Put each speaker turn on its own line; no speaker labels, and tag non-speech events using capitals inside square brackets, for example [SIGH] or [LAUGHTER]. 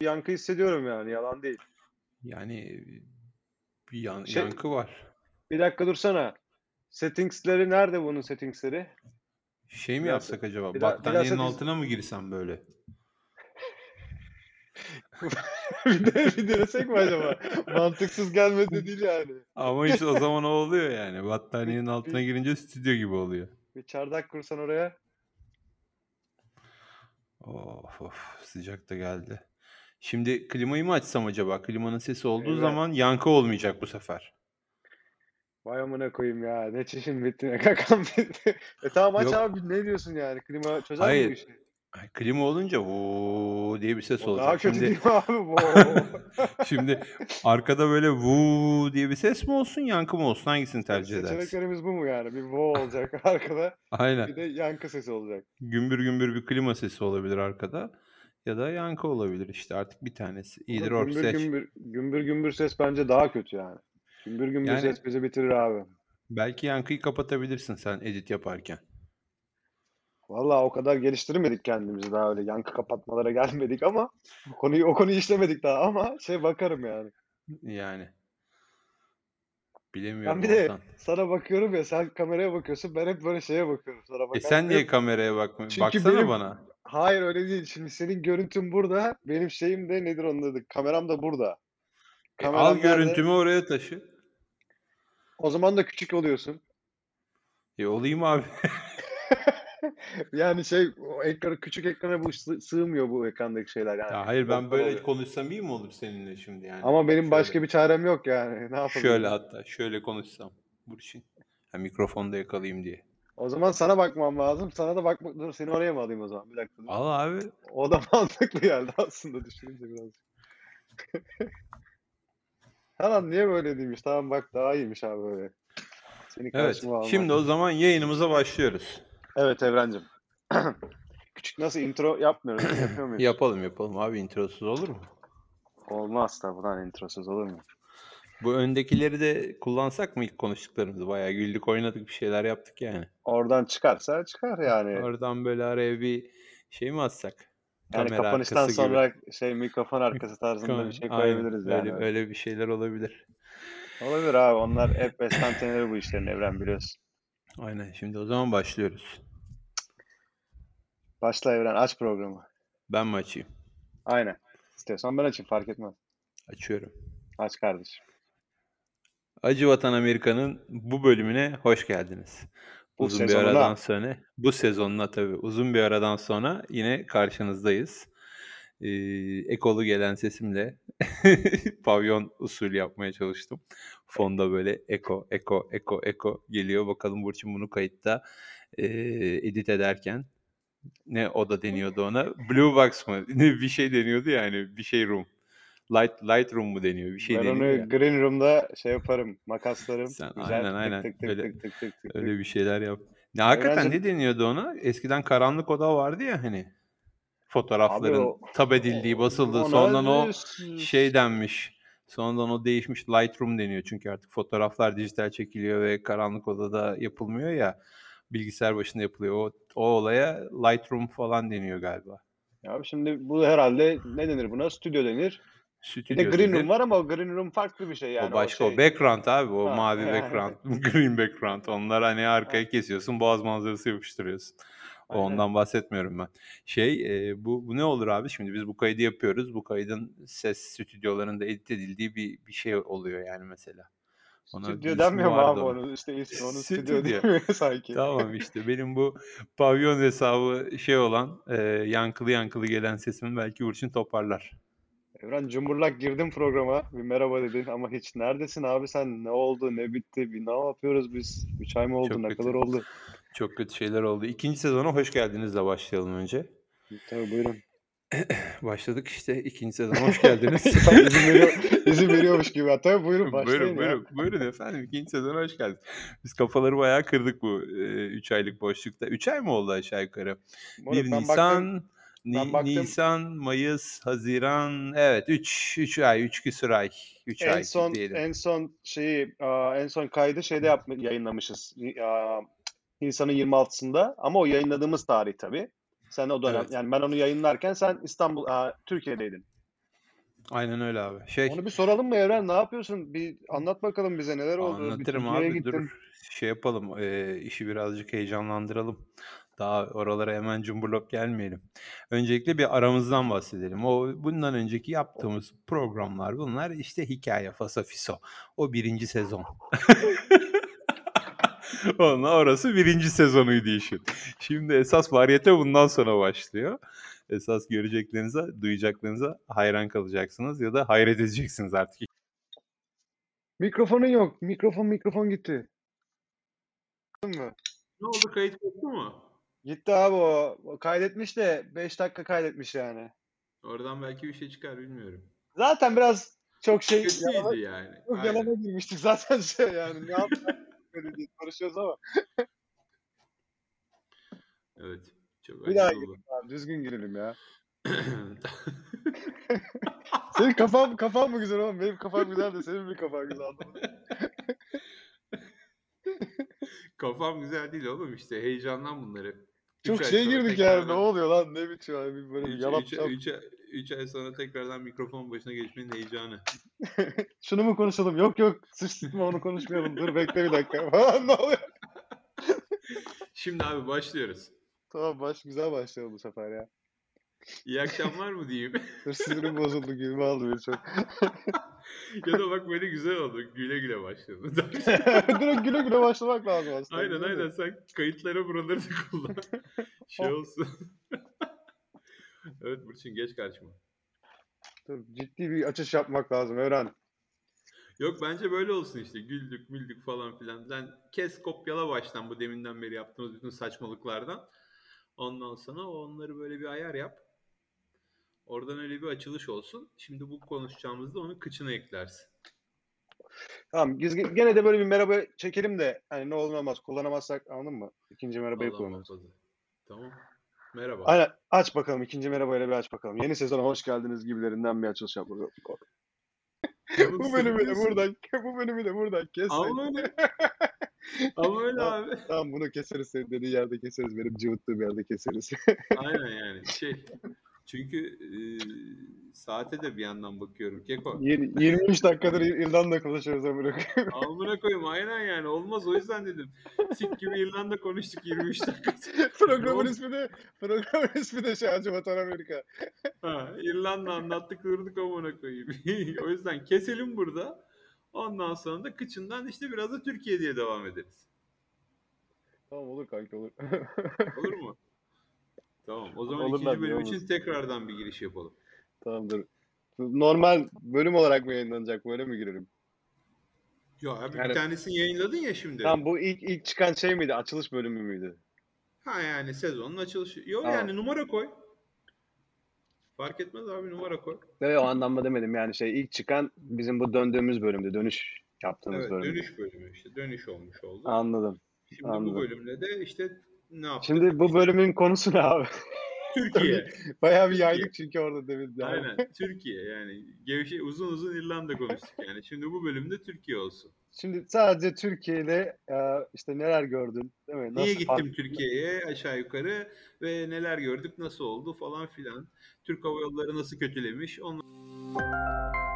yankı hissediyorum yani yalan değil.
Yani bir yan-
Şey-
yankı var.
Bir dakika dursana. Settings'leri nerede bunun settings'leri? [LAUGHS]
Şey mi
Biraz-
yapsak acaba?
biraz-
Battaniyenin
biraz-
altına mı girsem böyle?
bir de bir denesek mi acaba?
[LAUGHS]
Mantıksız gelmedi değil yani.
Ama işte o zaman o oluyor yani. Battaniyenin altına girince stüdyo gibi oluyor.
Bir çardak kursan oraya.
Of of sıcak da geldi. Şimdi klimayı mı açsam acaba? Klimanın sesi olduğu
Evet.
zaman yankı olmayacak bu sefer.
Vay amına koyayım ya. Ne çişim bitti ne kakam bitti. E tamam aç
Yok.
abi ne diyorsun yani? Klima çözer mi
Hayır,
bu işi?
Ay, Klima olunca vuu diye bir ses
O
olacak.
daha kötü
Şimdi- [LAUGHS]
değil mi abi bu?
Şimdi arkada böyle vuu diye bir ses mi olsun yankı mı olsun hangisini tercih edersin?
Seçeneklerimiz bu mu yani? Bir wo olacak [LAUGHS] arkada. Bir
Aynen.
de yankı sesi olacak.
Gümbür gümbür bir klima sesi olabilir arkada. Ya da yankı olabilir işte artık bir tanesi. İyidir or
gümbür,
seç.
gümbür, gümbür gümbür ses bence daha kötü yani. Gümbür gümbür
Yani-
ses bizi bitirir abi.
Belki yankıyı kapatabilirsin sen edit yaparken.
Vallahi o kadar geliştirmedik kendimizi daha öyle yankı kapatmalara gelmedik ama o konuyu o konuyu işlemedik daha ama şey bakarım yani.
Yani.
Ben
Bilemiyorum
bir de
Altan.
sana bakıyorum ya sen kameraya bakıyorsun ben hep böyle şeye bakıyorum sana
E
bakarken.
sen niye
Hep-
kameraya bakmıyorsun?
Çünkü
Baksana
benim-
bana.
Hayır öyle değil. Şimdi senin görüntün burada. Benim şeyim de nedir onun adı? Kameram da burada.
E
Kameram
al
nerede?
görüntümü oraya taşı.
O zaman da küçük oluyorsun.
E olayım abi.
Yani şey o ekranı küçük ekrana bu sı- sığmıyor bu ekrandaki şeyler yani.
Ya hayır ben
Boktan
böyle
oluyor.
konuşsam iyi mi olur seninle şimdi yani?
Ama benim
Şöyle.
başka bir çarem yok yani. [LAUGHS] Ne yapabilirim?
Şöyle hatta şöyle konuşsam Burçin. Ha, mikrofonda yakalayayım diye.
O zaman sana bakmam lazım. Sana da bakmak dur seni oraya mı alayım o zaman? Bir dakika. dur.
Al abi.
O da [LAUGHS] mantıklı geldi aslında düşününce biraz. [LAUGHS] Tamam niye böyle değilmiş? Tamam bak daha iyiymiş abi böyle. Seni
Evet.
karşıma almak.
Şimdi o zaman yayınımıza başlıyoruz.
Evet Evrencim. [CLEARS THROAT] Küçük nasıl intro yapmıyoruz? değil mi? Yapıyor muyuz?
Yapalım yapalım abi introsuz olur mu?
Olmaz tabi lan introsuz olur mu?
Bu öndekileri de kullansak mı ilk konuştuklarımızı? Bayağı güldük oynadık bir şeyler yaptık yani.
Oradan çıkarsa çıkar yani.
Oradan böyle araya bir şey mi atsak?
yani
Kamera
kapanıştan
arkası gibi.
sonra şey mikrofon arkası tarzında bir şey
Aynen,
koyabiliriz yani.
Öyle, öyle bir şeyler olabilir.
Olabilir abi onlar hep bestanteneleri bu işlerin Evren biliyorsun.
Aynen şimdi o zaman başlıyoruz.
Başla Evren aç programı.
Ben mi açayım?
Aynen. İstiyorsan ben açayım fark etmez.
Açıyorum.
Aç kardeşim.
Acı Vatan Amerika'nın bu bölümüne hoş geldiniz.
Bu
uzun bir
sezonuna.
aradan sonra bu sezonuna tabii uzun bir aradan sonra yine karşınızdayız. Ee, ekolu gelen sesimle [LAUGHS] pavyon usul yapmaya çalıştım. Fonda böyle eko eko eko eko geliyor. Bakalım Burçin bunu kayıtta ee, edit ederken ne o da deniyordu ona. Blue Box mı? [LAUGHS] Ne bir şey deniyordu yani bir şey room. Light Lightroom mu deniyor? Bir şey
ben onu
deniyor ya.
Green Room'da şey yaparım. Makaslarım.
[LAUGHS] Sen-
güzel.
aynen, aynen.
Tık tık tık
Öyle-
tık tık tık tık.
Öyle bir şeyler yap. Ne hakikaten ne
Öğrencim-
deniyordu ona? Eskiden karanlık oda vardı ya hani. Fotoğrafların
Abi o-
tab edildiği, basıldığı.
Ona
Sonradan o
s-
şey denmiş. Sonradan o değişmiş Lightroom deniyor. Çünkü artık fotoğraflar dijital çekiliyor ve karanlık odada yapılmıyor ya. Bilgisayar başında yapılıyor. O, o olaya Lightroom falan deniyor galiba.
Ya şimdi bu herhalde ne denir buna? Stüdyo denir. Bir de
Stüdyo
Green
denir.
Room var ama o Green Room farklı bir şey yani.
o başka
şey-
o background abi o
Ha, [LAUGHS]
mavi
yani.
background green background onlar hani arkaya kesiyorsun boğaz manzarası yapıştırıyorsun. O
Aynen.
Ondan bahsetmiyorum ben. Şey e, bu, bu ne olur abi şimdi biz bu kaydı yapıyoruz bu kaydın ses stüdyolarında edit edildiği bir, bir şey oluyor yani mesela. Ona bir
Stüdyo
ismi
denmiyor mu abi
vardı onun.
onun? İşte ismi onun
Stüdyo.
stüdyo demiyor [LAUGHS] sanki.
Tamam işte benim bu pavyon hesabı şey olan e, yankılı yankılı gelen sesimi belki Burçin toparlar.
Evren Cumburlak girdin programa. Bir merhaba dedin ama hiç neredesin abi sen? Ne oldu? Ne bitti? Bir ne yapıyoruz biz? 3 ay mı oldu?
Çok
ne
kötü.
kadar oldu?
Çok kötü şeyler oldu. İkinci sezona hoş geldinizle
[LAUGHS]
başlayalım önce.
Tabii buyurun.
Başladık işte ikinci sezona
[LAUGHS]
hoş geldiniz.
Tam izin, veriyor,
[LAUGHS]
izin veriyormuş gibi. Ha, Tabii buyurun başlayın
buyurun
ya.
buyurun buyurun efendim ikinci sezona hoş geldiniz. Biz kafaları bayağı kırdık bu 3 aylık boşlukta. 3 ay mı oldu aşağı yukarı?
Moruk,
1
ben baktım,
Nisan, Ni-
ben baktım.
Nisan, Mayıs, Haziran evet 3 3 ay 3 küsur ay 3
en
ay
son
diyelim.
en son şeyi aa, en son kaydı şeyde yapma, yayınlamışız. Aa, Nisan'ın 26'sında ama o yayınladığımız tarih tabii. Sen o dönem
Evet.
yani ben onu yayınlarken sen İstanbul aa, Türkiye'deydin.
Aynen öyle abi. Şey
Onu bir soralım mı Evren? Ne yapıyorsun? Bir anlat bakalım bize neler oldu. Bir
Anlatırım
Türkiye'ye
abi
gittin.
dur şey yapalım e, işi birazcık heyecanlandıralım. Daha oralara hemen cumburlop gelmeyelim. Öncelikle bir aramızdan bahsedelim. O bundan önceki yaptığımız programlar bunlar işte hikaye fasafiso. O birinci sezon. [LAUGHS] Onunla orası birinci sezonuydu işin. Şimdi esas varyete bundan sonra başlıyor. Esas göreceklerinize, duyacaklarınıza hayran kalacaksınız ya da hayret edeceksiniz artık.
Mikrofonun yok. Mikrofon mikrofon gitti. Anladın mı?
Ne oldu kayıt koptu mu?
Gitti abi o. O Kaydetmiş de 5 dakika kaydetmiş yani.
Oradan belki bir şey çıkar bilmiyorum.
Zaten biraz çok şey yalana,
Kötüydü yani.
çok
Aynen.
yalana girmiştik zaten [LAUGHS] şey yani. Ne yapacağız böyle diye konuşuyoruz ama
Evet. Çok
bir daha
acı
girelim
oldu.
abi. Düzgün girelim ya. Senin kafan, kafan mı güzel oğlum? Benim kafam güzel de senin bir kafan
[LAUGHS]
güzel. anlamadım.
[LAUGHS] Kafam güzel değil oğlum işte heyecandan bunları.
Çok şey girdik yani. Ne oluyor lan? Ne bitiyor? Yani bir böyle bir yalap şalap.
3 ay sonra tekrardan mikrofon başına geçmenin heyecanı.
Şunu mu konuşalım? Yok yok. Sıçtırtma onu konuşmayalım. Dur bekle bir dakika. [LAUGHS] Falan ne oluyor?
Şimdi abi başlıyoruz.
Tamam baş güzel başlayalım bu sefer ya.
İyi akşamlar mı diyeyim? [LAUGHS]
Dur sinirim bozuldu. Gülme aldı beni çok. [LAUGHS]
ya da bak böyle güzel oldu. Güle güle başladı.
Direkt güle güle başlamak lazım aslında.
[LAUGHS] aynen
biliyor musun?
aynen sen kayıtlara buraları da
[LAUGHS]
kullan. şey olsun. [LAUGHS] evet Burçin geç karşıma.
Dur ciddi bir açış yapmak lazım Evren.
Yok bence böyle olsun işte. Güldük müldük falan filan. Sen kes kopyala baştan bu deminden beri yaptığımız bütün saçmalıklardan. Ondan sonra onları böyle bir ayar yap. Oradan öyle bir açılış olsun. Şimdi bu konuşacağımızda onu kıçına eklersin.
Tamam biz ge- gene de böyle bir merhaba çekelim de hani ne olur ne olmaz kullanamazsak anladın mı? İkinci merhabayı
Allah
kullanırız.
muhafaza. Tamam. Merhaba.
Aynen aç bakalım ikinci merhabayla bir aç bakalım. Yeni sezona hoş geldiniz gibilerinden bir açılış yapalım.
Oğlum
bu bölümü de
sıkıyorsun.
buradan bu bölümü de buradan kesin.
Ama
[LAUGHS]
öyle. Ama öyle abi.
Tamam bunu keseriz senin dediğin yerde keseriz. Benim cıvıttığım yerde keseriz. [LAUGHS]
Aynen yani. Şey. Çünkü e, saate de bir yandan bakıyorum. Keko.
Yeni- 23 dakikadır İrlanda konuşuyoruz amına koyayım.
Almına koyayım aynen yani olmaz o yüzden dedim. Sik gibi İrlanda konuştuk 23 dakika.
[LAUGHS] Programın
Yok.
ismi de programın ismi de şey Acı Vatan Amerika.
Ha, İrlanda anlattık durduk amına koyayım. [LAUGHS] o yüzden keselim burada. Ondan sonra da kıçından işte biraz da Türkiye diye devam ederiz.
Tamam olur kanka olur. [LAUGHS]
Olur mu? Tamam. O zaman
Olur lan,
ikinci bölüm
yalnız.
için tekrardan bir giriş yapalım.
Tamamdır. Normal bölüm olarak mı yayınlanacak? Böyle mi girelim?
Ya abi
Yani-
bir tanesini yayınladın ya şimdi.
Tamam bu ilk ilk çıkan şey miydi? Açılış bölümü müydü?
Ha yani sezonun açılışı. Yok
Tamam.
yani numara koy. Fark etmez abi numara koy.
Evet o anlamda demedim yani şey ilk çıkan bizim bu döndüğümüz bölümdü. Dönüş yaptığımız
Evet
bölüm.
dönüş bölümü işte dönüş olmuş oldu.
Anladım.
Şimdi
Anladım.
bu bölümde de işte ne yaptık?
Şimdi bu bölümün konusu ne abi?
Türkiye.
[LAUGHS] Bayağı bir yaydık çünkü orada demin. de.
Aynen Türkiye yani gevşe uzun uzun İrlanda konuştuk yani. Şimdi bu bölümde Türkiye olsun.
Şimdi sadece Türkiye'de e, işte neler gördün değil mi?
Niye
Nasıl fark-
gittim Türkiye'ye aşağı yukarı ve neler gördük nasıl oldu falan filan. Türk Hava Yolları nasıl kötülemiş onu